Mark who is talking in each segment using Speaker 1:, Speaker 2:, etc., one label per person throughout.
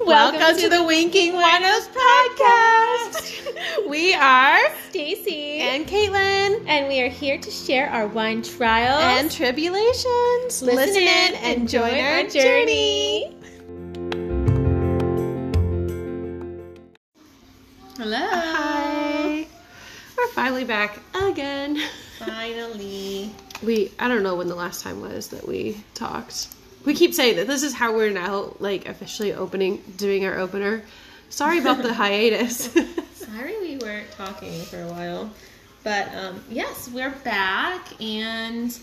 Speaker 1: Welcome, to, the Winking Winos podcast. we are
Speaker 2: Stacy
Speaker 1: and Caitlin
Speaker 2: and we are here to share our wine trials.
Speaker 1: and tribulations.
Speaker 2: Listen in and join our journey.
Speaker 1: Hello.
Speaker 2: Uh, Hi.
Speaker 3: We're finally back again.
Speaker 1: Finally.
Speaker 3: We I don't know when the last time was that we talked. We keep saying that this is how we're now like officially opening doing our opener. Sorry about the hiatus.
Speaker 1: Sorry we weren't talking for a while. But um, yes, we're back and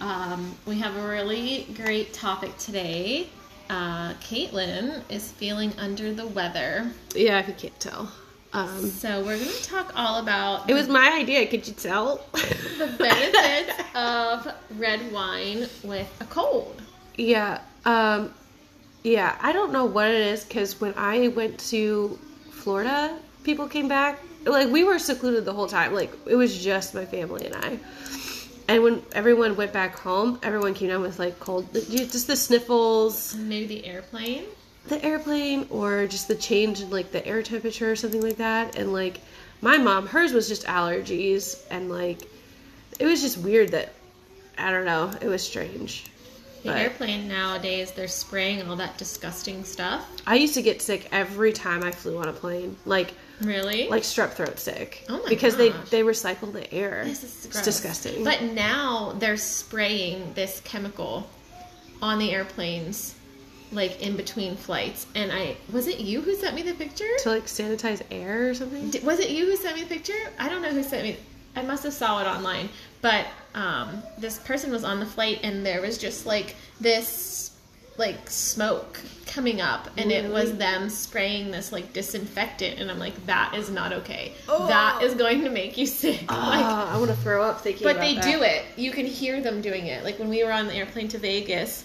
Speaker 1: um, we have a really great topic today. Uh, Caitlin is feeling under the weather.
Speaker 3: yeah, if you can't tell. Um,
Speaker 1: So we're going to talk all about
Speaker 3: it was my idea, could you tell?
Speaker 1: the benefits of red wine with a cold.
Speaker 3: Yeah. Um, yeah, I don't know what it is because when I went to Florida, people came back. Like, we were secluded the whole time. Like, it was just my family and I. And when everyone went back home, everyone came down with like cold, you- just the sniffles,
Speaker 1: Maybe the airplane.
Speaker 3: the airplane, or just the change in like the air temperature or something like that. And like, my mom, hers was just allergies. And like, it was just weird that, I don't know, it was strange.
Speaker 1: The
Speaker 3: Right.
Speaker 1: airplane nowadays, they're spraying all that disgusting stuff.
Speaker 3: I used to get sick every time I flew on a plane, like
Speaker 1: Really?
Speaker 3: like strep throat sick.
Speaker 1: Oh my
Speaker 3: because
Speaker 1: gosh.
Speaker 3: they they recycle the air.
Speaker 1: this is
Speaker 3: It's
Speaker 1: gross.
Speaker 3: disgusting.
Speaker 1: But now they're spraying this chemical on the airplanes, like in between flights. And I was it you who sent me the picture?
Speaker 3: to like sanitize air or something.
Speaker 1: D- was it you who sent me the picture? I don't know who sent me. I must have saw it online, but um, this person was on the flight and there was just like this like smoke coming up and it was them spraying this like disinfectant and I'm like that is not okay. That is going to make you sick. Like,
Speaker 3: Ah, Oh. I want to throw up thinking
Speaker 1: but
Speaker 3: about
Speaker 1: they
Speaker 3: that.
Speaker 1: do it. You can hear them doing it. Like when we were on the airplane to Vegas,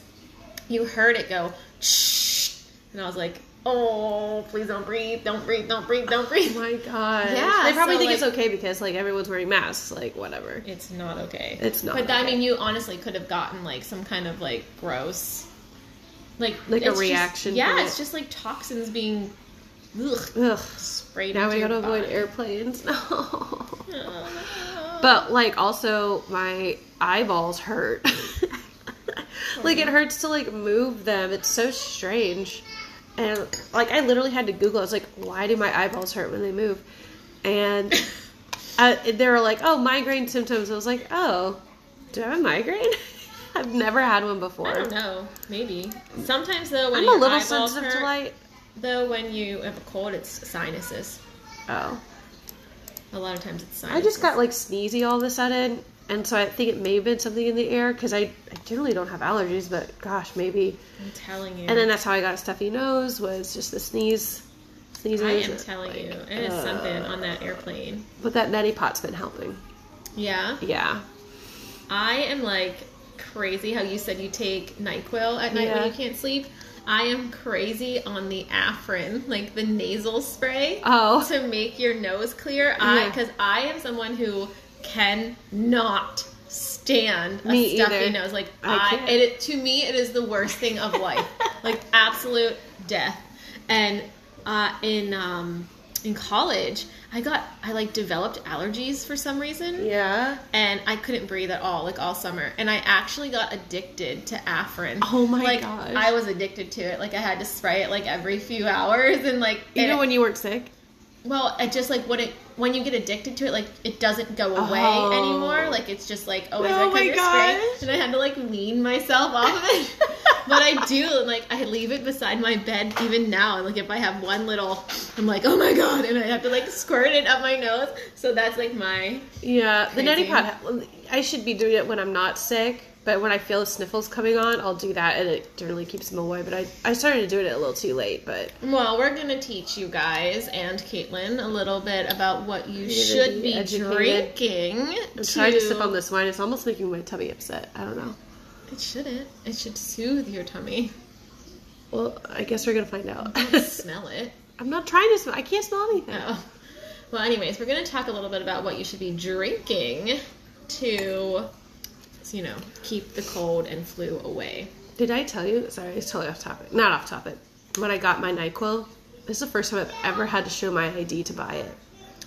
Speaker 1: you heard it go shh and I was like, "Oh, please don't breathe. Don't breathe. Don't breathe. Don't breathe."
Speaker 3: Oh my god.
Speaker 1: Yeah,
Speaker 3: They probably
Speaker 1: so,
Speaker 3: think
Speaker 1: like-
Speaker 3: it's okay because like everyone's wearing masks, like whatever.
Speaker 1: It's not okay.
Speaker 3: It's not
Speaker 1: But I
Speaker 3: okay.
Speaker 1: mean, you honestly could have gotten like some kind of like gross, like
Speaker 3: Like a
Speaker 1: it's just-
Speaker 3: reaction
Speaker 1: yeah,
Speaker 3: from
Speaker 1: it's
Speaker 3: it.
Speaker 1: just like toxins being ugh,
Speaker 3: Ugh.
Speaker 1: sprayed.
Speaker 3: Now
Speaker 1: into
Speaker 3: we
Speaker 1: your
Speaker 3: gotta avoid
Speaker 1: body.
Speaker 3: airplanes. No.
Speaker 1: Ugh.
Speaker 3: But like also my eyeballs hurt. like it hurts to like move them. It's so strange. And like I literally had to Google. I was like, why do my eyeballs hurt when they move? And I, they were like, oh, migraine symptoms. I was like, oh, do I have a migraine? I've never had one
Speaker 1: I
Speaker 3: before.
Speaker 1: don't know. Maybe sometimes though, when
Speaker 3: I'm
Speaker 1: your
Speaker 3: a little
Speaker 1: eyeballs
Speaker 3: sensitive
Speaker 1: hurt,
Speaker 3: to light.
Speaker 1: Though when you have a cold, it's sinuses.
Speaker 3: Oh,
Speaker 1: A lot of times it's sinuses.
Speaker 3: I just got like sneezy all of a sudden, and so I think it may have been something in the air because I, I generally don't have allergies, but gosh, maybe
Speaker 1: I'm telling you.
Speaker 3: And then that's how I got a stuffy nose was just the sneeze. Sneezes.
Speaker 1: I am telling you,
Speaker 3: like,
Speaker 1: it is
Speaker 3: uh,
Speaker 1: something on that airplane.
Speaker 3: But that neti pot's been helping.
Speaker 1: Yeah.
Speaker 3: Yeah.
Speaker 1: I am like crazy how you said you take NyQuil at night
Speaker 3: Yeah.
Speaker 1: when you can't sleep. I am crazy on the Afrin, like the nasal spray
Speaker 3: Oh.
Speaker 1: to make your nose clear. I
Speaker 3: Yeah.
Speaker 1: cuz I am someone who cannot stand a
Speaker 3: Me
Speaker 1: stuffy
Speaker 3: either.
Speaker 1: nose. Like
Speaker 3: I
Speaker 1: I,
Speaker 3: can't.
Speaker 1: it it to me it is the worst thing of life. like absolute death. And uh, in um in college, I got I like developed allergies for some reason
Speaker 3: Yeah.
Speaker 1: and I couldn't breathe at all, like all summer. And I actually got addicted to Afrin.
Speaker 3: Oh my
Speaker 1: like,
Speaker 3: gosh.
Speaker 1: I was addicted to it. Like I had to spray it like every few hours, and like
Speaker 3: Even
Speaker 1: it-
Speaker 3: when you weren't sick.
Speaker 1: well, I just like wouldn't. When you get addicted to it, like it doesn't go away
Speaker 3: Oh.
Speaker 1: anymore. Like it's just like always
Speaker 3: Oh
Speaker 1: like
Speaker 3: my
Speaker 1: under
Speaker 3: gosh.
Speaker 1: spray, and I had to like wean myself off of it. but I do, and like I leave it beside my bed even now. And like if I have one little, I'm like, oh my god, and I have to like squirt it up my nose. So that's like my
Speaker 3: Yeah. The
Speaker 1: Crazy.
Speaker 3: neti pot. I should be doing it when I'm not sick, but when I feel the sniffles coming on, I'll do that, and it generally keeps them away. But I I started doing it a little too late, but
Speaker 1: Well, we're going to teach you guys and Caitlin a little bit about what you
Speaker 3: to
Speaker 1: should
Speaker 3: be
Speaker 1: be
Speaker 3: educated.
Speaker 1: drinking.
Speaker 3: I'm trying to sip on this wine. It's almost making my tummy upset. I don't know.
Speaker 1: It shouldn't. It should soothe your tummy.
Speaker 3: Well, I guess we're gonna find out.
Speaker 1: Don't smell it.
Speaker 3: I'm not trying to smell. I can't smell anything.
Speaker 1: Oh. Well, anyways, we're going to talk a little bit about what you should be drinking to, you know, keep the cold and flu away.
Speaker 3: Did I tell you? Sorry, it's totally off topic. Not off topic. when I got my NyQuil. This is the first time I've ever had to show my ID to buy it.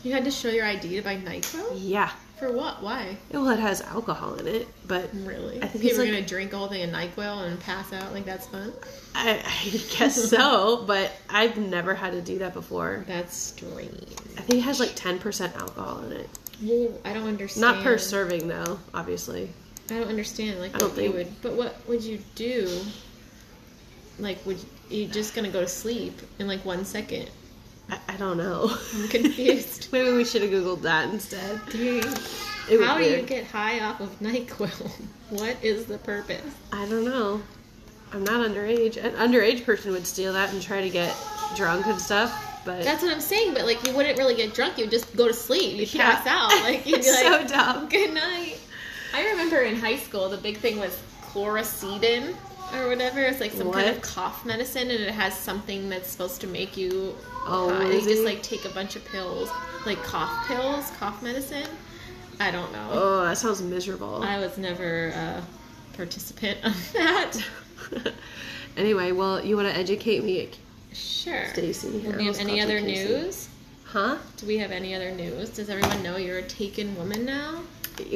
Speaker 1: You had to show your ID to buy NyQuil?
Speaker 3: Yeah.
Speaker 1: For what? Why?
Speaker 3: Well, it has alcohol in it, but
Speaker 1: Really?
Speaker 3: I think
Speaker 1: People
Speaker 3: it's
Speaker 1: are
Speaker 3: like-
Speaker 1: gonna drink a whole thing of NyQuil and pass out like that's fun?
Speaker 3: I, I guess so. But I've never had to do that before.
Speaker 1: That's strange.
Speaker 3: I think it has like 10% alcohol in it.
Speaker 1: Well, I don't understand.
Speaker 3: Not per serving, though, obviously.
Speaker 1: I don't understand. Like,
Speaker 3: I don't
Speaker 1: what you
Speaker 3: think-
Speaker 1: would. But what would you do? Like, would you just gonna go to sleep in like one second?
Speaker 3: I, I don't know.
Speaker 1: I'm confused.
Speaker 3: Maybe we should have Googled that instead. It was
Speaker 1: How do you
Speaker 3: weird.
Speaker 1: get high off of Nyquil? what is the purpose?
Speaker 3: I don't know. I'm not underage. An underage person would steal that and try to get drunk and stuff, but
Speaker 1: That's what I'm saying. But like, you wouldn't really get drunk. You'd just go to sleep. You'd
Speaker 3: Yeah.
Speaker 1: pass out. Like, you'd be
Speaker 3: it's so
Speaker 1: like,
Speaker 3: dumb.
Speaker 1: good night. I remember in high school, the big thing was chlorocedin or whatever. It's like some kind of
Speaker 3: What?
Speaker 1: cough medicine, and it has something that's supposed to make you.
Speaker 3: Oh,
Speaker 1: high.
Speaker 3: is
Speaker 1: you just
Speaker 3: it?
Speaker 1: like take a bunch of pills, like cough pills, cough medicine. I don't know.
Speaker 3: Oh, that sounds miserable.
Speaker 1: I was never a participant of that.
Speaker 3: anyway, well, you want to educate me,
Speaker 1: Sure.
Speaker 3: Stacy?
Speaker 1: Do
Speaker 3: I
Speaker 1: we have
Speaker 3: almost
Speaker 1: any
Speaker 3: called you
Speaker 1: other
Speaker 3: Casey.
Speaker 1: news?
Speaker 3: Huh?
Speaker 1: Do we have any other news? Does everyone know you're a taken woman now?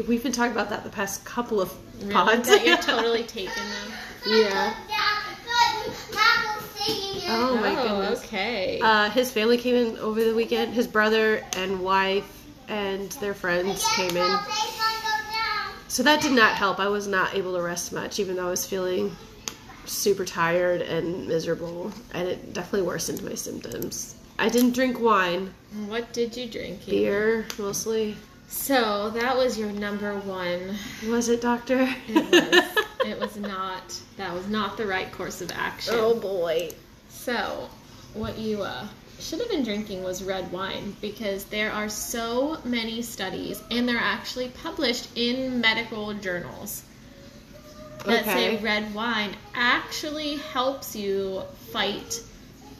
Speaker 3: We've been talking about that the past couple of
Speaker 1: Really?
Speaker 3: pods.
Speaker 1: That you're totally taken now?
Speaker 3: yeah. Oh my goodness.
Speaker 1: okay.
Speaker 3: Uh, his family came in over the weekend. His brother and wife and their friends came in. So that did not help. I was not able to rest much, even though I was feeling super tired and miserable, and it definitely worsened my symptoms. I didn't drink wine,
Speaker 1: what did you drink? Kate?
Speaker 3: beer mostly.
Speaker 1: So that was your number one.
Speaker 3: Was it, doctor?
Speaker 1: It was, it was not. That was not the right course of action.
Speaker 3: Oh, boy.
Speaker 1: So, what you uh, should have been drinking was red wine because there are so many studies and they're actually published in medical journals that say
Speaker 3: Okay.
Speaker 1: red wine actually helps you fight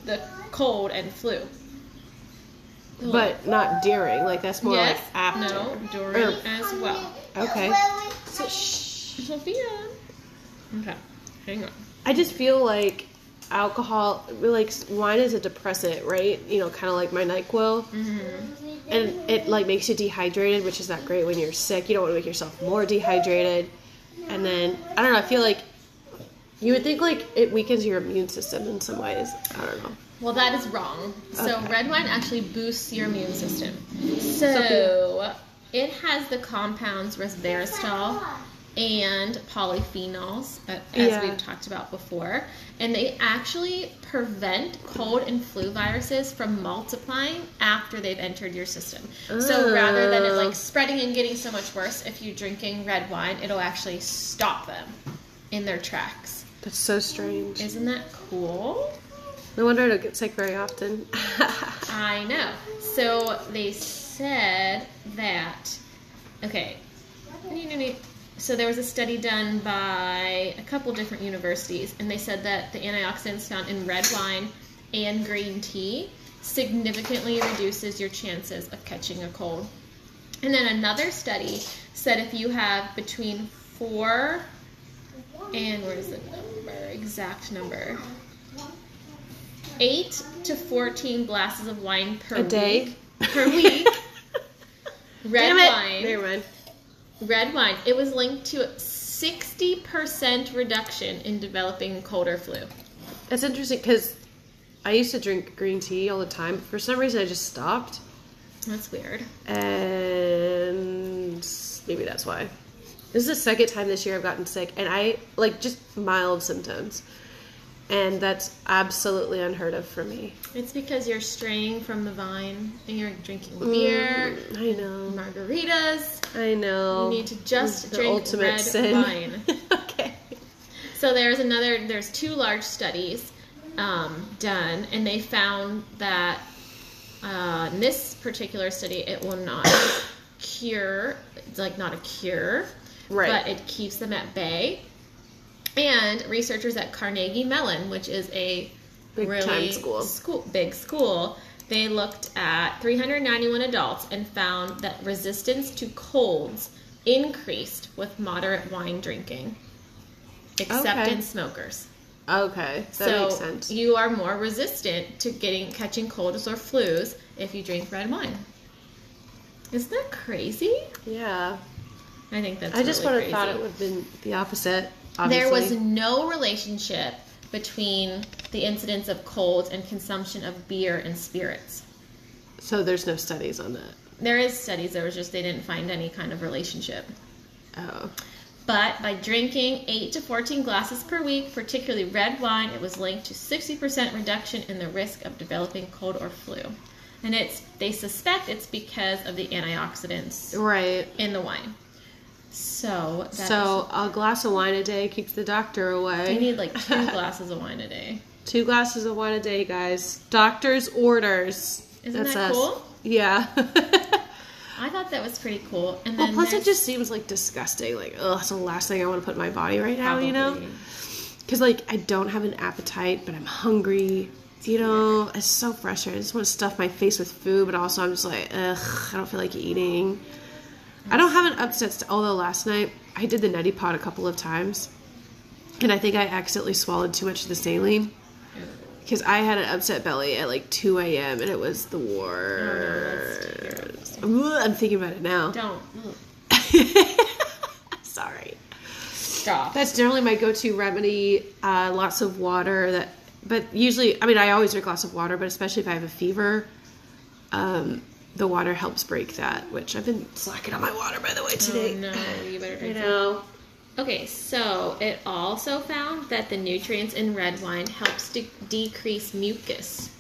Speaker 1: the cold and flu.
Speaker 3: But not during. Like that's more
Speaker 1: yes,
Speaker 3: like after. Er.
Speaker 1: no, during
Speaker 3: Or-
Speaker 1: as well.
Speaker 3: okay.
Speaker 1: So, shh, Sophia. Okay, hang on.
Speaker 3: I just feel like alcohol, like wine, is a depressant, right? You know, kind of like my Nyquil,
Speaker 1: Mm-hmm.
Speaker 3: and it like makes you dehydrated, which is not great when you're sick. You don't want to make yourself more dehydrated, and then I don't know. I feel like you would think like it weakens your immune system in some ways. I don't know.
Speaker 1: Well, that is wrong. So
Speaker 3: Okay.
Speaker 1: red wine actually boosts your immune system. So it has the compounds resveratrol and polyphenols, uh, as
Speaker 3: Yeah.
Speaker 1: we've talked about before, and they actually prevent cold and flu viruses from multiplying after they've entered your system. So rather than it
Speaker 3: Oh.
Speaker 1: like spreading and getting so much worse, if you're drinking red wine, it'll actually stop them in their tracks.
Speaker 3: That's so strange.
Speaker 1: Isn't that cool?
Speaker 3: No wonder I don't get sick very often.
Speaker 1: I know. So they said that. Okay. So there was a study done by a couple different universities, and they said that the antioxidants found in red wine and green tea significantly reduces your chances of catching a cold. And then another study said if you have between four and where's the number? Exact number. Eight to fourteen glasses of wine per
Speaker 3: a day
Speaker 1: week. Per week, red
Speaker 3: Damn it.
Speaker 1: wine.
Speaker 3: Never mind.
Speaker 1: Red wine. It was linked to a sixty percent reduction in developing cold or flu.
Speaker 3: It's interesting because I used to drink green tea all the time. For some reason, I just stopped,
Speaker 1: That's weird.
Speaker 3: and maybe that's why. This is the second time this year I've gotten sick, and I like just mild symptoms, and that's absolutely unheard of for me.
Speaker 1: It's because you're straying from the vine and you're drinking beer,
Speaker 3: Mm, I know,
Speaker 1: margaritas.
Speaker 3: I know.
Speaker 1: You need to just
Speaker 3: the
Speaker 1: drink
Speaker 3: ultimate
Speaker 1: red
Speaker 3: sin.
Speaker 1: wine.
Speaker 3: okay.
Speaker 1: So there's another, there's two large studies um, done, and they found that uh, in this particular study, it will not cure, it's like not a cure,
Speaker 3: Right.
Speaker 1: but it keeps them at bay. And researchers at Carnegie Mellon, which is a
Speaker 3: Big
Speaker 1: really
Speaker 3: time school.
Speaker 1: big school, they looked at 391 adults and found that resistance to colds increased with moderate wine drinking, except
Speaker 3: Okay.
Speaker 1: in smokers.
Speaker 3: Okay, that
Speaker 1: so
Speaker 3: makes sense.
Speaker 1: you are more resistant to getting catching colds or flus if you drink red wine. Isn't that crazy?
Speaker 3: yeah,
Speaker 1: I think that's.
Speaker 3: I just
Speaker 1: really
Speaker 3: would have thought it would
Speaker 1: crazy.
Speaker 3: have been the opposite.
Speaker 1: There was
Speaker 3: obviously.
Speaker 1: no relationship between the incidence of colds and consumption of beer and spirits.
Speaker 3: so there's no studies on that.
Speaker 1: There is studies. There was just they didn't find any kind of relationship.
Speaker 3: Oh,
Speaker 1: But by drinking 8 to 14 glasses per week, particularly red wine, it was linked to 60% reduction in the risk of developing cold or flu. And it's they suspect it's because of the antioxidants
Speaker 3: right.
Speaker 1: in the wine. So that
Speaker 3: so a glass of wine a day keeps the doctor away.
Speaker 1: is- you need like two glasses of wine a day.
Speaker 3: Two glasses of wine a day, guys. Doctor's orders.
Speaker 1: Isn't that cool?
Speaker 3: Yeah.
Speaker 1: I thought that was pretty cool. And then
Speaker 3: well, plus it
Speaker 1: there's
Speaker 3: just seems like disgusting. Like, oh, that's the last thing I want to put in my body right now. You know,
Speaker 1: probably-
Speaker 3: because like I don't have an appetite, but I'm hungry. You know, it's so frustrating. I just want to stuff my face with food, but also I'm just like, ugh, I don't feel like eating. I don't have an upset. St- although last night I did the neti pot a couple of times, and I think I accidentally swallowed too much of the saline. Because I had an upset belly at like 2 a.m. and it was the worst. Ugh, I'm thinking about it now.
Speaker 1: Don't ugh,
Speaker 3: Sorry.
Speaker 1: stop.
Speaker 3: That's generally my go-to remedy. Uh, lots of water. That, but usually, I mean, I always drink lots of water, but especially if I have a fever, um, the water helps break that. Which I've been slacking on my water, by the way,
Speaker 1: oh,
Speaker 3: today.
Speaker 1: no, you better
Speaker 3: I
Speaker 1: drink
Speaker 3: know.
Speaker 1: Okay, so it also found that the nutrients in red wine helps to decrease mucus.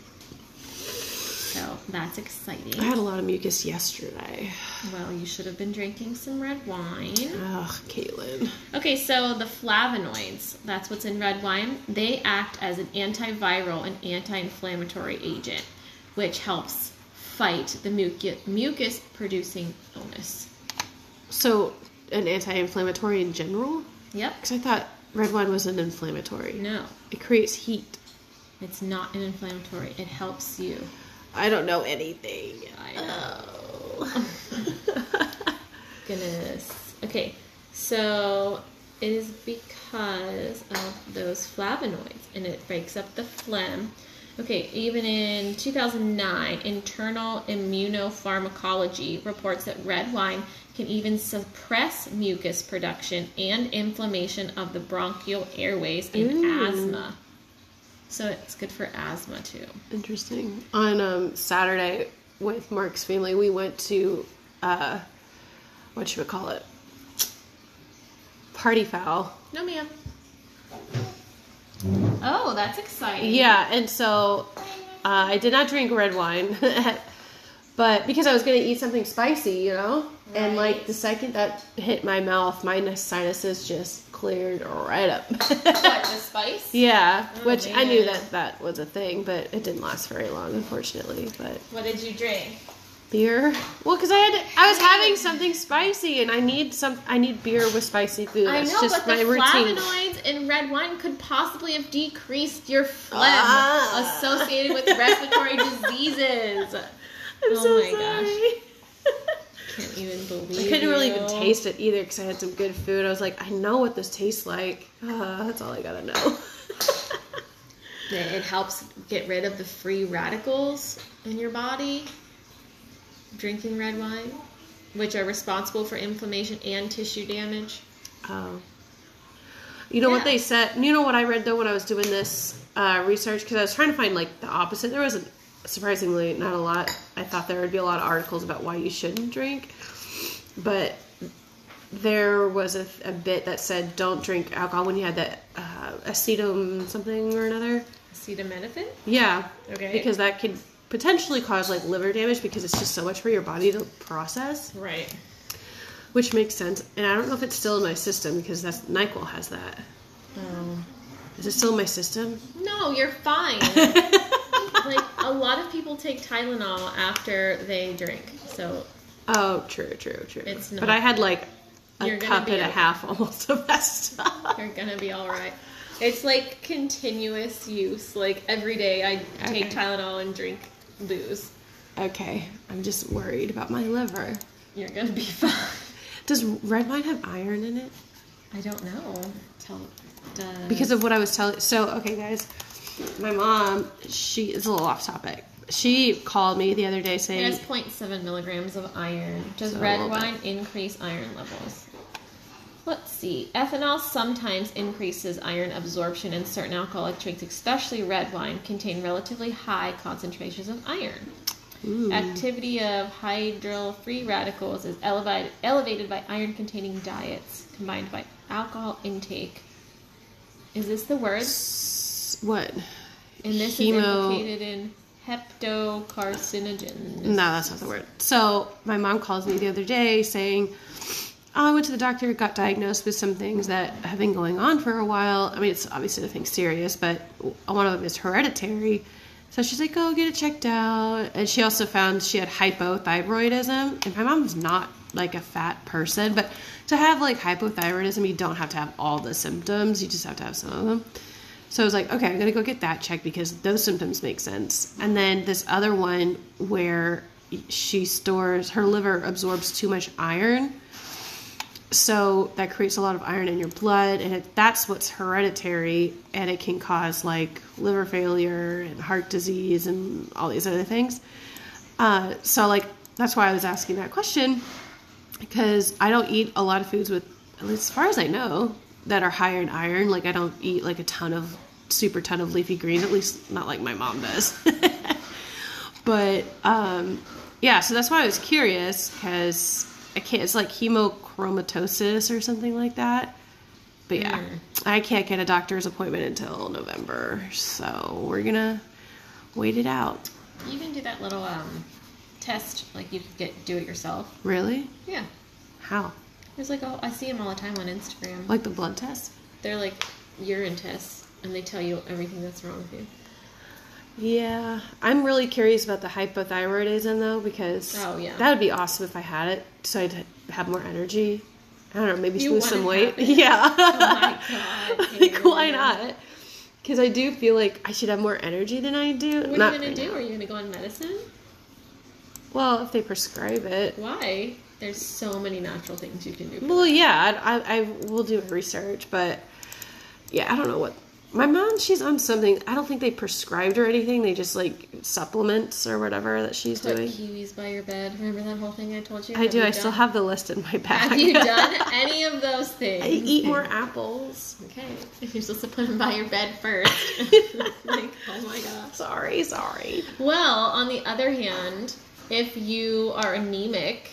Speaker 1: So that's
Speaker 3: I
Speaker 1: exciting.
Speaker 3: had a lot of mucus yesterday.
Speaker 1: Well, you should have been drinking some red wine.
Speaker 3: Ugh, Caitlin.
Speaker 1: Okay, so the flavonoids, that's what's in red wine, they act as an antiviral and anti inflammatory agent, which helps fight the mucus producing illness.
Speaker 3: So, an anti-inflammatory in general?
Speaker 1: Yep.
Speaker 3: Because I thought red wine was an inflammatory.
Speaker 1: No,
Speaker 3: It creates heat.
Speaker 1: it's not an inflammatory, it helps you.
Speaker 3: I don't know anything.
Speaker 1: I know.
Speaker 3: Oh.
Speaker 1: Goodness. Okay, so it is because of those flavonoids, and it breaks up the phlegm. Okay, even in 2009, Internal Immunopharmacology reports that red wine can even suppress mucus production and inflammation of the bronchial airways in asthma. So it's good for asthma too.
Speaker 3: Interesting. On um, Saturday with Mark's family, we went to uh, what should we call it? Party foul.
Speaker 1: No, ma'am. Oh, that's exciting.
Speaker 3: Yeah, and so uh, I did not drink red wine, but because I was gonna eat something spicy, you know, and like the second that hit my mouth, my sinuses just cleared right up.
Speaker 1: What, the spice?
Speaker 3: yeah,
Speaker 1: Oh,
Speaker 3: which I knew
Speaker 1: man.
Speaker 3: that that was a thing, but it didn't last very long, unfortunately. But
Speaker 1: What did you drink?
Speaker 3: beer. Well, because I had I was having something spicy, and I need some. I need beer with spicy food.
Speaker 1: I
Speaker 3: That's
Speaker 1: know,
Speaker 3: just
Speaker 1: but the
Speaker 3: my routine.
Speaker 1: flavonoids in red wine could possibly have decreased your phlegm
Speaker 3: Ah.
Speaker 1: associated with respiratory diseases.
Speaker 3: I'm
Speaker 1: Oh
Speaker 3: so
Speaker 1: my gosh. Can't even believe.
Speaker 3: I couldn't really even
Speaker 1: you.
Speaker 3: taste it either because I had some good food. I was like, I know what this tastes like. Uh, that's all I gotta know.
Speaker 1: That It helps get rid of the free radicals in your body. Drinking red wine, which are responsible for inflammation and tissue damage.
Speaker 3: Oh. You know
Speaker 1: Yeah.
Speaker 3: what they said? You know what I read though when I was doing this uh, research because I was trying to find like the opposite. There wasn't surprisingly not a lot. I thought there would be a lot of articles about why you shouldn't drink, but there was a, a bit that said don't drink alcohol when you had that uh, acetum something or another.
Speaker 1: Acetaminophen.
Speaker 3: Yeah.
Speaker 1: Okay.
Speaker 3: Because that could potentially cause like liver damage because it's just so much for your body to process
Speaker 1: Right.
Speaker 3: which makes sense. And I don't know if it's still in my system because that's Nyquil has that.
Speaker 1: Oh.
Speaker 3: Is it still in my system?
Speaker 1: No, you're fine. like a lot of people take Tylenol after they drink. So
Speaker 3: oh, true, true, true.
Speaker 1: It's
Speaker 3: But
Speaker 1: not.
Speaker 3: I had like a
Speaker 1: You're gonna
Speaker 3: cup
Speaker 1: be
Speaker 3: and a
Speaker 1: okay.
Speaker 3: half almost of that stuff.
Speaker 1: you're gonna be all right. It's like continuous use. Like every day, I take
Speaker 3: Okay.
Speaker 1: Tylenol and drink booze.
Speaker 3: Okay, I'm just worried about my liver.
Speaker 1: You're gonna be fine.
Speaker 3: Does red wine have iron in it?
Speaker 1: I I don't know.
Speaker 3: Tell because of what I was telling. So okay, guys, my mom. She is a little off topic. She called me the other day
Speaker 1: It
Speaker 3: saying
Speaker 1: has 0.7 milligrams of iron. Does
Speaker 3: So a
Speaker 1: red
Speaker 3: little bit.
Speaker 1: wine increase iron levels? Let's see. Ethanol sometimes increases iron absorption, and certain alcoholic drinks, especially red wine, contain relatively high concentrations of iron. Activity of hydryl free radicals is elevated, elevated by iron containing diets combined by alcohol intake. Is this the word?
Speaker 3: S- what?
Speaker 1: And this is
Speaker 3: Hemo-
Speaker 1: implicated in heptocarcinogens.
Speaker 3: No, that's not the word. So my mom calls me the other day saying, oh, I went to the doctor, got diagnosed with some things that have been going on for a while. I mean, it's obviously nothing serious, but one of them is hereditary. So she's like, go get it checked out. And she also found she had hypothyroidism. And my mom's not like a fat person, but to have like hypothyroidism, you don't have to have all the symptoms, you just have to have some of them. So I was like, okay, I'm gonna go get that checked because those symptoms make sense. And then this other one where she stores her liver absorbs too much iron, so that creates a lot of iron in your blood, and it, that's what's hereditary, and it can cause like liver failure and heart disease and all these other things. Uh, so like that's why I was asking that question because I don't eat a lot of foods with, at least as far as I know, that are higher in iron. Like I don't eat like a ton of super ton of leafy greens. At least not like my mom does. but um, yeah, so that's why I was curious because I can't. It's like hemochromatosis or something like that. But yeah, I can't get a doctor's appointment until November, so we're gonna wait it out.
Speaker 1: You can do that little um, test, like you could get do it yourself.
Speaker 3: Really?
Speaker 1: Yeah,
Speaker 3: How?
Speaker 1: there's like a, I see them all the time on Instagram.
Speaker 3: Like the blood test?
Speaker 1: They're like urine tests, and they tell you everything that's wrong with you.
Speaker 3: Yeah, I'm really curious about the hypothyroidism though because
Speaker 1: Oh, yeah.
Speaker 3: that would be awesome if I had it so I'd have more energy. I don't know, maybe
Speaker 1: You
Speaker 3: lose
Speaker 1: want
Speaker 3: some
Speaker 1: it
Speaker 3: weight.
Speaker 1: happen.
Speaker 3: Yeah.
Speaker 1: Oh my god!
Speaker 3: like
Speaker 1: Taylor.
Speaker 3: why not? Because I do feel like I should have more energy than I do.
Speaker 1: What
Speaker 3: Not
Speaker 1: are you gonna
Speaker 3: right
Speaker 1: do?
Speaker 3: now.
Speaker 1: Are you gonna go on medicine?
Speaker 3: Well, if they prescribe it.
Speaker 1: Why? There's so many natural things you can do. for
Speaker 3: Well, yeah, I, I, I will do research, but yeah, I don't know what. My mom, she's on something. I don't think they prescribed her anything. They just like supplements or whatever that she's
Speaker 1: Put
Speaker 3: doing.
Speaker 1: kiwis by your bed. Remember that whole thing I told you?
Speaker 3: I do.
Speaker 1: you
Speaker 3: I still
Speaker 1: done-
Speaker 3: have the list in my bag.
Speaker 1: Have you done any of those things?
Speaker 3: I eat more apples.
Speaker 1: Okay. You're supposed to put them by your bed first. like, oh my gosh.
Speaker 3: Sorry, sorry.
Speaker 1: Well, on the other hand, if you are anemic,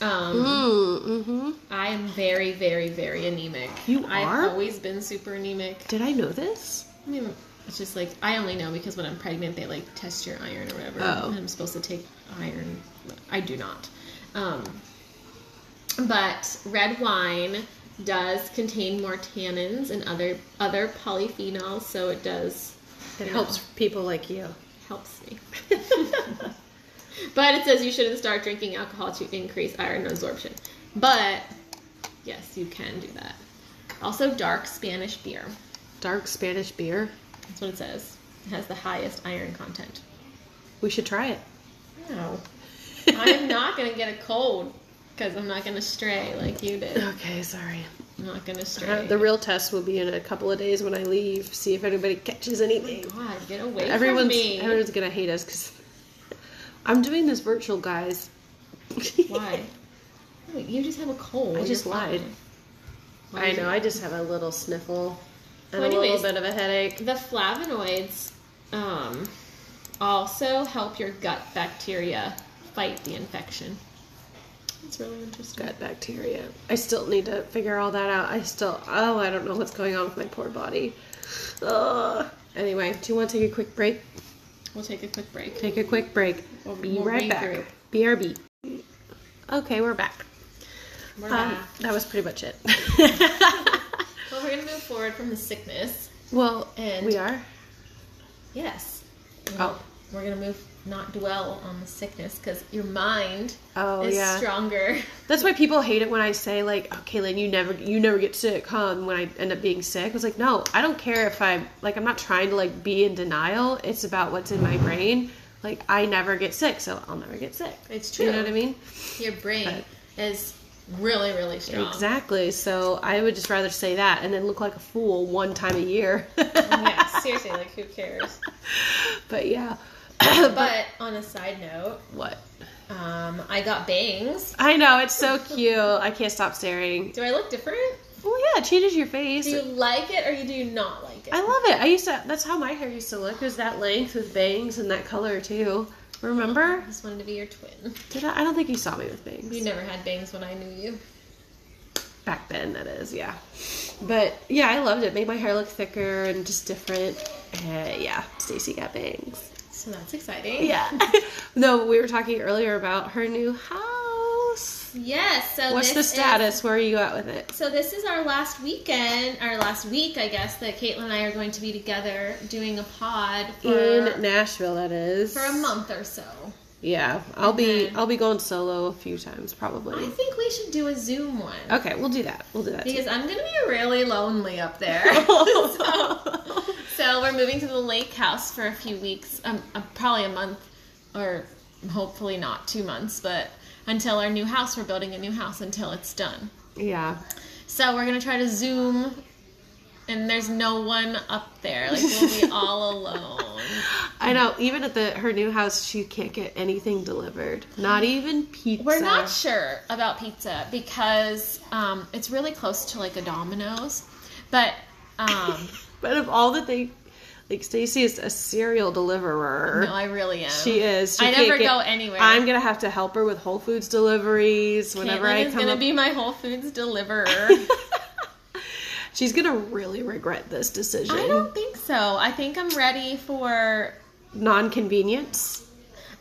Speaker 1: um,
Speaker 3: Mm-hmm.
Speaker 1: I am very, very, very anemic.
Speaker 3: You are?
Speaker 1: I've always been super anemic.
Speaker 3: Did I know this?
Speaker 1: I mean, it's just like I only know because when I'm pregnant, they like test your iron or whatever,
Speaker 3: Oh.
Speaker 1: and I'm supposed to take iron. I do not. Um, but red wine does contain more tannins and other other polyphenols, so it does
Speaker 3: It
Speaker 1: No.
Speaker 3: helps people like you.
Speaker 1: helps me. but it says you shouldn't start drinking alcohol to increase iron absorption. But yes, you can do that. Also, dark Spanish beer.
Speaker 3: Dark Spanish beer.
Speaker 1: That's what it says. It has the highest iron content.
Speaker 3: We should try it.
Speaker 1: No. I'm not going to get a cold because I'm not going to stray like you did.
Speaker 3: Okay, sorry.
Speaker 1: I'm not going to stray.
Speaker 3: Uh, the real test will be in a couple of days when I leave. See if anybody catches anything.
Speaker 1: God, get away from
Speaker 3: Everyone's
Speaker 1: me.
Speaker 3: everyone's gonna hate us because I'm doing this virtual, guys.
Speaker 1: Why? No, You just have a cold.
Speaker 3: I just
Speaker 1: You're fine.
Speaker 3: lied.
Speaker 1: Why
Speaker 3: I
Speaker 1: do
Speaker 3: know.
Speaker 1: you-
Speaker 3: I just have a little sniffle and a
Speaker 1: Well,
Speaker 3: little
Speaker 1: anyways,
Speaker 3: bit of a headache.
Speaker 1: The flavonoids um, also help your gut bacteria fight the infection. That's really interesting.
Speaker 3: gut bacteria. I still need to figure all that out. I still, oh, I don't know what's going on with my poor body. Ugh. Anyway, do you want to take a quick break?
Speaker 1: We'll take a quick break.
Speaker 3: Take a quick break.
Speaker 1: We'll-
Speaker 3: Be
Speaker 1: we'll
Speaker 3: right back.
Speaker 1: regroup.
Speaker 3: BRB. Okay, we're back.
Speaker 1: We're
Speaker 3: Um,
Speaker 1: back.
Speaker 3: that was pretty much it.
Speaker 1: Well, we're going to move forward from the sickness.
Speaker 3: well,
Speaker 1: And-
Speaker 3: we are.
Speaker 1: Yes.
Speaker 3: Oh.
Speaker 1: We're gonna move, not dwell on the sickness, because your mind
Speaker 3: Oh
Speaker 1: is
Speaker 3: yeah.
Speaker 1: stronger.
Speaker 3: That's why people hate it when I say like, "Oh, Caitlin, you never, you never get sick, huh?" And when I end up being sick, I was like, "No, I don't care if I'm like, I'm not trying to like be in denial. It's about what's in my brain. Like, I never get sick, so I'll never get sick.
Speaker 1: It's
Speaker 3: You know what I mean?
Speaker 1: Your brain is really, really strong.
Speaker 3: Exactly. So I would just rather say that and then look like a fool one time a year.
Speaker 1: Yeah, seriously, like who cares?
Speaker 3: But yeah.
Speaker 1: But on a side note,
Speaker 3: what?
Speaker 1: um, I got bangs.
Speaker 3: I know it's so cute. I can't stop staring.
Speaker 1: Do I look different?
Speaker 3: Well, yeah, it changes your face.
Speaker 1: Do you like it or you do you not like it?
Speaker 3: I love it. I used to. That's how my hair used to look. Was that length with bangs and that color too? Remember?
Speaker 1: I just wanted to be your twin.
Speaker 3: Did I? I don't think you saw me with bangs.
Speaker 1: You never had bangs when I knew you.
Speaker 3: Back then, that is. Yeah. But yeah, I loved it. Made my hair look thicker and just different. Uh, yeah, Stacy got bangs.
Speaker 1: So that's exciting.
Speaker 3: Yeah. no, we were talking earlier about her new house.
Speaker 1: Yes. So
Speaker 3: What's the
Speaker 1: this is-
Speaker 3: status? Where are you at with it?
Speaker 1: So this is our last weekend, our last week, I guess, that Caitlin and I are going to be together doing a pod for,
Speaker 3: In Nashville, that is.
Speaker 1: for a month or so.
Speaker 3: Yeah, I'll be
Speaker 1: Mhm.
Speaker 3: I'll be going solo a few times probably.
Speaker 1: I think we should do a Zoom one
Speaker 3: Okay, we'll do that. We'll do that.
Speaker 1: because I'm gonna be really lonely up there.
Speaker 3: too.
Speaker 1: so we're moving to the lake house for a few weeks, um, uh, probably a month, or hopefully not two months, but until our new house, we're building a new house until it's done.
Speaker 3: yeah.
Speaker 1: So we're gonna try to Zoom, and there's no one up there. Like we'll be all alone.
Speaker 3: I know. Even at the her new house, she can't get anything delivered. Not even pizza.
Speaker 1: We're not sure about pizza because um, it's really close to like a Domino's, but um,
Speaker 3: But of all the things, like Stacy is a serial deliverer.
Speaker 1: no, I really am.
Speaker 3: She is. She
Speaker 1: I
Speaker 3: can't
Speaker 1: never
Speaker 3: get-
Speaker 1: go anywhere.
Speaker 3: I'm gonna have to help her with Whole Foods deliveries whenever
Speaker 1: Caitlin
Speaker 3: I
Speaker 1: is
Speaker 3: come
Speaker 1: gonna
Speaker 3: up.
Speaker 1: be my Whole Foods deliverer.
Speaker 3: She's gonna really regret this decision.
Speaker 1: I don't think so. I think I'm ready for.
Speaker 3: Non-convenience.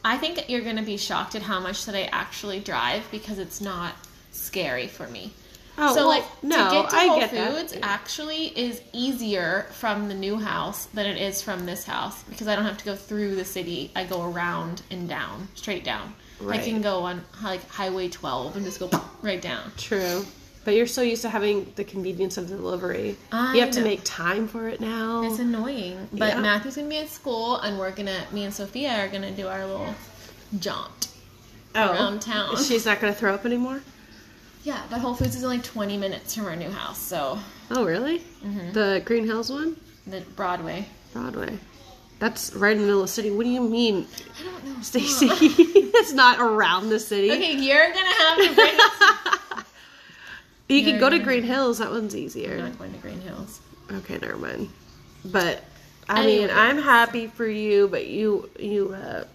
Speaker 1: I think you're gonna be shocked at how much that I actually drive because it's not scary for me.
Speaker 3: Oh,
Speaker 1: so
Speaker 3: well,
Speaker 1: like
Speaker 3: no,
Speaker 1: to get to
Speaker 3: I
Speaker 1: Whole
Speaker 3: get that.
Speaker 1: Foods actually is easier from the new house than it is from this house because I don't have to go through the city. I go around and down, straight down. I
Speaker 3: Right.
Speaker 1: can go on hi- like Highway 12 and just go right down.
Speaker 3: True. But you're so used to having the convenience of delivery.
Speaker 1: I
Speaker 3: you have to
Speaker 1: know.
Speaker 3: make time for it now.
Speaker 1: It's annoying, but
Speaker 3: Yeah.
Speaker 1: Matthew's gonna be at school, and we're gonna me and Sophia are gonna do our little jaunt around town.
Speaker 3: Oh. She's not gonna throw up anymore?
Speaker 1: yeah, but Whole Foods is only 20 minutes from our new house, so
Speaker 3: Oh really?
Speaker 1: Mm-hmm.
Speaker 3: The Green Hills one?
Speaker 1: the Broadway.
Speaker 3: Broadway. That's right in the middle of the city. What do you mean,
Speaker 1: I don't know,
Speaker 3: Stacy? it's not around the city.
Speaker 1: Okay, you're gonna have to bring us
Speaker 3: You could go to
Speaker 1: Yeah.
Speaker 3: Green Hills. That one's easier.
Speaker 1: I'm not going to Green Hills.
Speaker 3: Okay, never mind. But I mean,
Speaker 1: Anyways.
Speaker 3: I'm happy for you. But you, you, uh,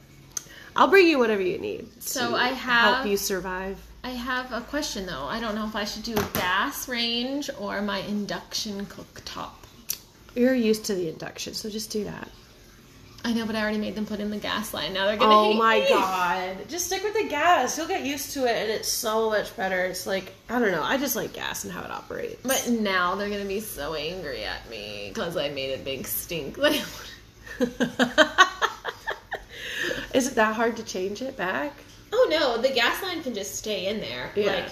Speaker 3: I'll bring you whatever you need.
Speaker 1: So
Speaker 3: to
Speaker 1: I have-
Speaker 3: help you survive.
Speaker 1: I have a question though. I don't know if I should do a gas range or my induction cooktop.
Speaker 3: You're used to the induction, so just do that.
Speaker 1: I know, but I already made them put in the gas line. Now they're gonna
Speaker 3: Oh
Speaker 1: hate
Speaker 3: my
Speaker 1: me.
Speaker 3: god! Just stick with the gas. You'll get used to it, and it's so much better. It's like I don't know. I just like gas and how it operates.
Speaker 1: But now they're gonna be so angry at me because I made a big stink. Like,
Speaker 3: Is it that hard to change it back?
Speaker 1: oh no, the gas line can just stay in there.
Speaker 3: Yeah.
Speaker 1: Like,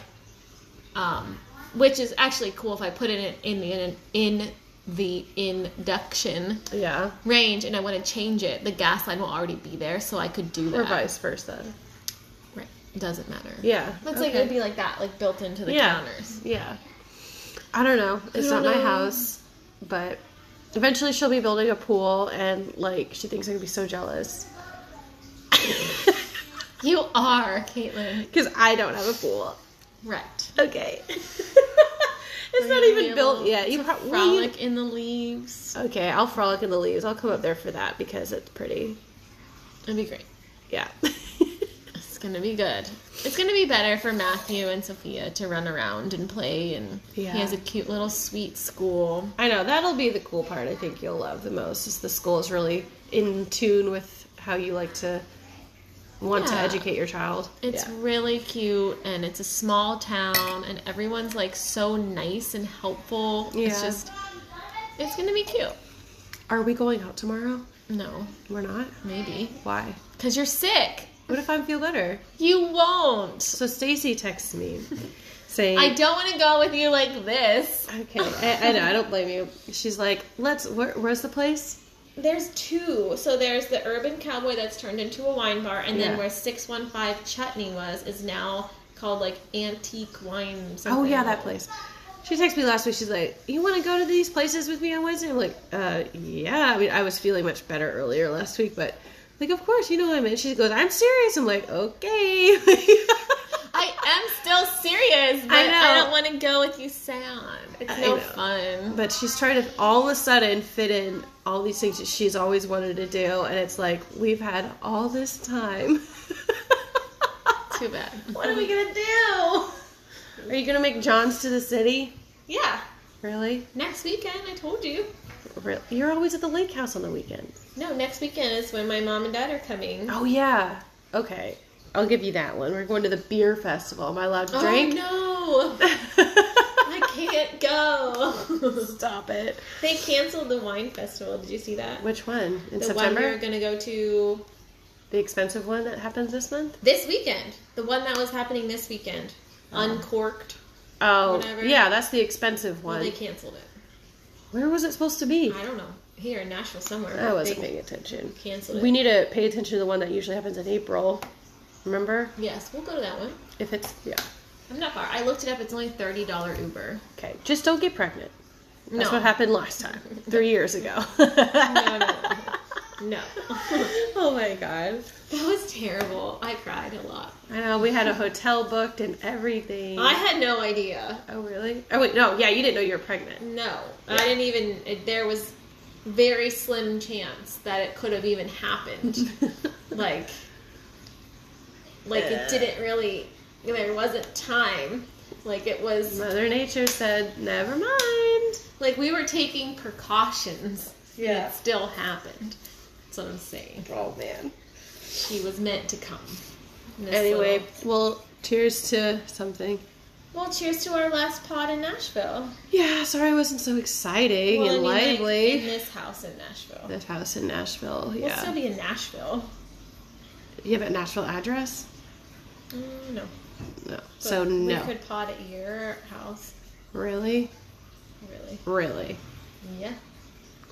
Speaker 1: um, which is actually cool if I put it in, in the in the induction
Speaker 3: Yeah,
Speaker 1: range and I want to change it. The gas line will already be there, so I could do that.
Speaker 3: or vice versa.
Speaker 1: Right. Doesn't matter.
Speaker 3: Yeah,
Speaker 1: It's like
Speaker 3: okay.
Speaker 1: it'd be like that, like built into the
Speaker 3: yeah,
Speaker 1: counters.
Speaker 3: yeah. I don't know. It's
Speaker 1: don't
Speaker 3: not my
Speaker 1: know.
Speaker 3: house, but eventually she'll be building a pool, and like she thinks I'm gonna be so jealous
Speaker 1: You are, Caitlin.
Speaker 3: because I don't have a pool.
Speaker 1: Right.
Speaker 3: Okay. it's not even built yet. You
Speaker 1: You
Speaker 3: probably
Speaker 1: frolic in the leaves.
Speaker 3: Okay, I'll frolic in the leaves. I'll come up there for that because it's pretty.
Speaker 1: It'd be great.
Speaker 3: Yeah.
Speaker 1: It's gonna be good. It's gonna be better for Matthew and Sophia to run around and play, and
Speaker 3: Yeah.
Speaker 1: he has a cute little sweet school.
Speaker 3: I know that'll be the cool part. I think you'll love the most is the school is really in tune with how you like to want to
Speaker 1: Yeah.
Speaker 3: educate your child.
Speaker 1: It's
Speaker 3: Yeah.
Speaker 1: really cute, and it's a small town, and everyone's like so nice and helpful. It's
Speaker 3: Yeah.
Speaker 1: just, it's gonna be cute.
Speaker 3: Are we going out tomorrow?
Speaker 1: No,
Speaker 3: We're not.
Speaker 1: maybe
Speaker 3: Why?
Speaker 1: because you're sick.
Speaker 3: What if I feel better?
Speaker 1: You won't.
Speaker 3: So Stacy texts me saying,
Speaker 1: I don't want to go with you like this.
Speaker 3: "Okay, I, I know. I don't blame you." She's like, "Let's. Where, where's the place?"
Speaker 1: There's two. So there's the Urban Cowboy that's turned into a wine bar, and
Speaker 3: Yeah.
Speaker 1: then where 615 Chutney was is now called like Antique Wine. Something.
Speaker 3: Oh yeah, that place. She texted me last week. She's like, "You want to go to these places with me on Wednesday?" I'm like, "Uh, yeah." I mean, I was feeling much better earlier last week, but like, of course, you know what I mean. She goes, "I'm serious." I'm like, "Okay."
Speaker 1: I am still serious, but
Speaker 3: I
Speaker 1: I,
Speaker 3: know.
Speaker 1: don't want to go with you sound. It's
Speaker 3: I
Speaker 1: no
Speaker 3: know.
Speaker 1: fun.
Speaker 3: but she's trying to all of a sudden fit in all these things that she's always wanted to do, and it's like we've had all this time.
Speaker 1: Too bad.
Speaker 3: what are we gonna do? Are you gonna make John's to the city?
Speaker 1: Yeah.
Speaker 3: Really?
Speaker 1: Next weekend, I told you.
Speaker 3: Really? You're always at the lake house on the weekend.
Speaker 1: No, next weekend is when my mom and dad are coming.
Speaker 3: Oh yeah. Okay. I'll give you that one. We're going to the beer festival. Am I allowed to
Speaker 1: Oh,
Speaker 3: drink?
Speaker 1: no. I can't go.
Speaker 3: Stop it.
Speaker 1: they canceled the wine festival. Did you see that?
Speaker 3: Which one? In
Speaker 1: the
Speaker 3: September?
Speaker 1: one we were going to go to
Speaker 3: The expensive one that happens this month?
Speaker 1: this weekend. The one that was happening this weekend. Uncorked.
Speaker 3: Oh
Speaker 1: Whatever.
Speaker 3: yeah, that's the expensive
Speaker 1: Well,
Speaker 3: one.
Speaker 1: they canceled it.
Speaker 3: Where was it supposed to be?
Speaker 1: I don't know. Here in Nashville somewhere.
Speaker 3: I
Speaker 1: but
Speaker 3: wasn't
Speaker 1: they
Speaker 3: paying attention.
Speaker 1: canceled it.
Speaker 3: We need to pay attention to the one that usually happens in April. Remember?
Speaker 1: yes, we'll go to that one.
Speaker 3: If it's yeah.
Speaker 1: I'm not far. I looked it up. It's only thirty dollar Uber.
Speaker 3: Okay. Just don't get pregnant. That's
Speaker 1: No.
Speaker 3: what happened last time. Three years ago.
Speaker 1: No, no, no. no.
Speaker 3: oh my god.
Speaker 1: that was terrible. I cried a lot.
Speaker 3: I know, we had a hotel booked and everything.
Speaker 1: I had no idea.
Speaker 3: Oh really? Oh wait, no, yeah, you didn't know you were pregnant.
Speaker 1: No, I didn't even. It, there was very slim chance that it could have even happened. like, like it didn't really. There wasn't time. Like it was.
Speaker 3: Mother Nature said, "Never mind."
Speaker 1: Like we were taking precautions.
Speaker 3: Yeah.
Speaker 1: It still happened. That's what I'm saying.
Speaker 3: Oh man.
Speaker 1: She was meant to come. This
Speaker 3: Anyway,
Speaker 1: little-
Speaker 3: well, cheers to something.
Speaker 1: Well, cheers to our last pod in Nashville.
Speaker 3: Yeah, sorry I wasn't so exciting
Speaker 1: Well, I
Speaker 3: and
Speaker 1: mean, like,
Speaker 3: lively.
Speaker 1: in this house in Nashville.
Speaker 3: that house in Nashville.
Speaker 1: We'll
Speaker 3: Yeah.
Speaker 1: still be in Nashville.
Speaker 3: you have a Nashville address?
Speaker 1: Mm, no.
Speaker 3: No.
Speaker 1: But
Speaker 3: so no.
Speaker 1: We could pod at your house.
Speaker 3: Really?
Speaker 1: Really?
Speaker 3: Really?
Speaker 1: Yeah.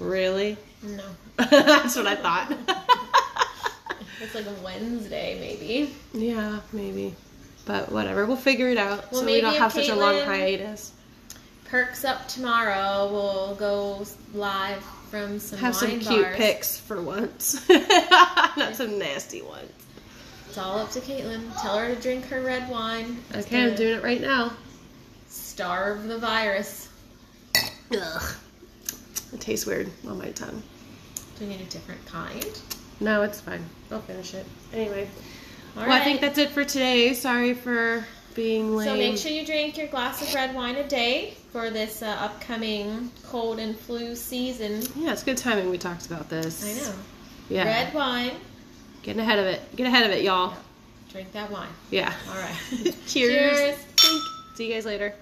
Speaker 3: Really?
Speaker 1: No.
Speaker 3: That's what I thought.
Speaker 1: It's like a Wednesday, maybe.
Speaker 3: yeah, maybe. But whatever, we'll figure it out
Speaker 1: Well,
Speaker 3: so we don't
Speaker 1: maybe
Speaker 3: have
Speaker 1: if
Speaker 3: such a long
Speaker 1: Caitlin-
Speaker 3: hiatus.
Speaker 1: Perks up tomorrow. We'll go live from some
Speaker 3: Have some
Speaker 1: wine
Speaker 3: cute
Speaker 1: bars.
Speaker 3: pics for once, not some nasty ones.
Speaker 1: It's all up to Caitlin. Tell her to drink her red wine. It's
Speaker 3: Okay, I'm
Speaker 1: gonna
Speaker 3: doing it right now.
Speaker 1: Starve the virus.
Speaker 3: Ugh, it tastes weird on my tongue.
Speaker 1: Do we need a different kind?
Speaker 3: No, it's fine. I'll finish it anyway.
Speaker 1: All right.
Speaker 3: well, I think that's it for today. Sorry for being late.
Speaker 1: So make sure you drink your glass of red wine a day for this uh, upcoming cold and flu season.
Speaker 3: Yeah, it's good timing we talked about this.
Speaker 1: I know.
Speaker 3: Yeah,
Speaker 1: Red wine.
Speaker 3: getting ahead of it. Get ahead of it, y'all.
Speaker 1: Drink that wine.
Speaker 3: Yeah.
Speaker 1: All right.
Speaker 3: Cheers.
Speaker 1: Cheers.
Speaker 3: Think. See you guys later.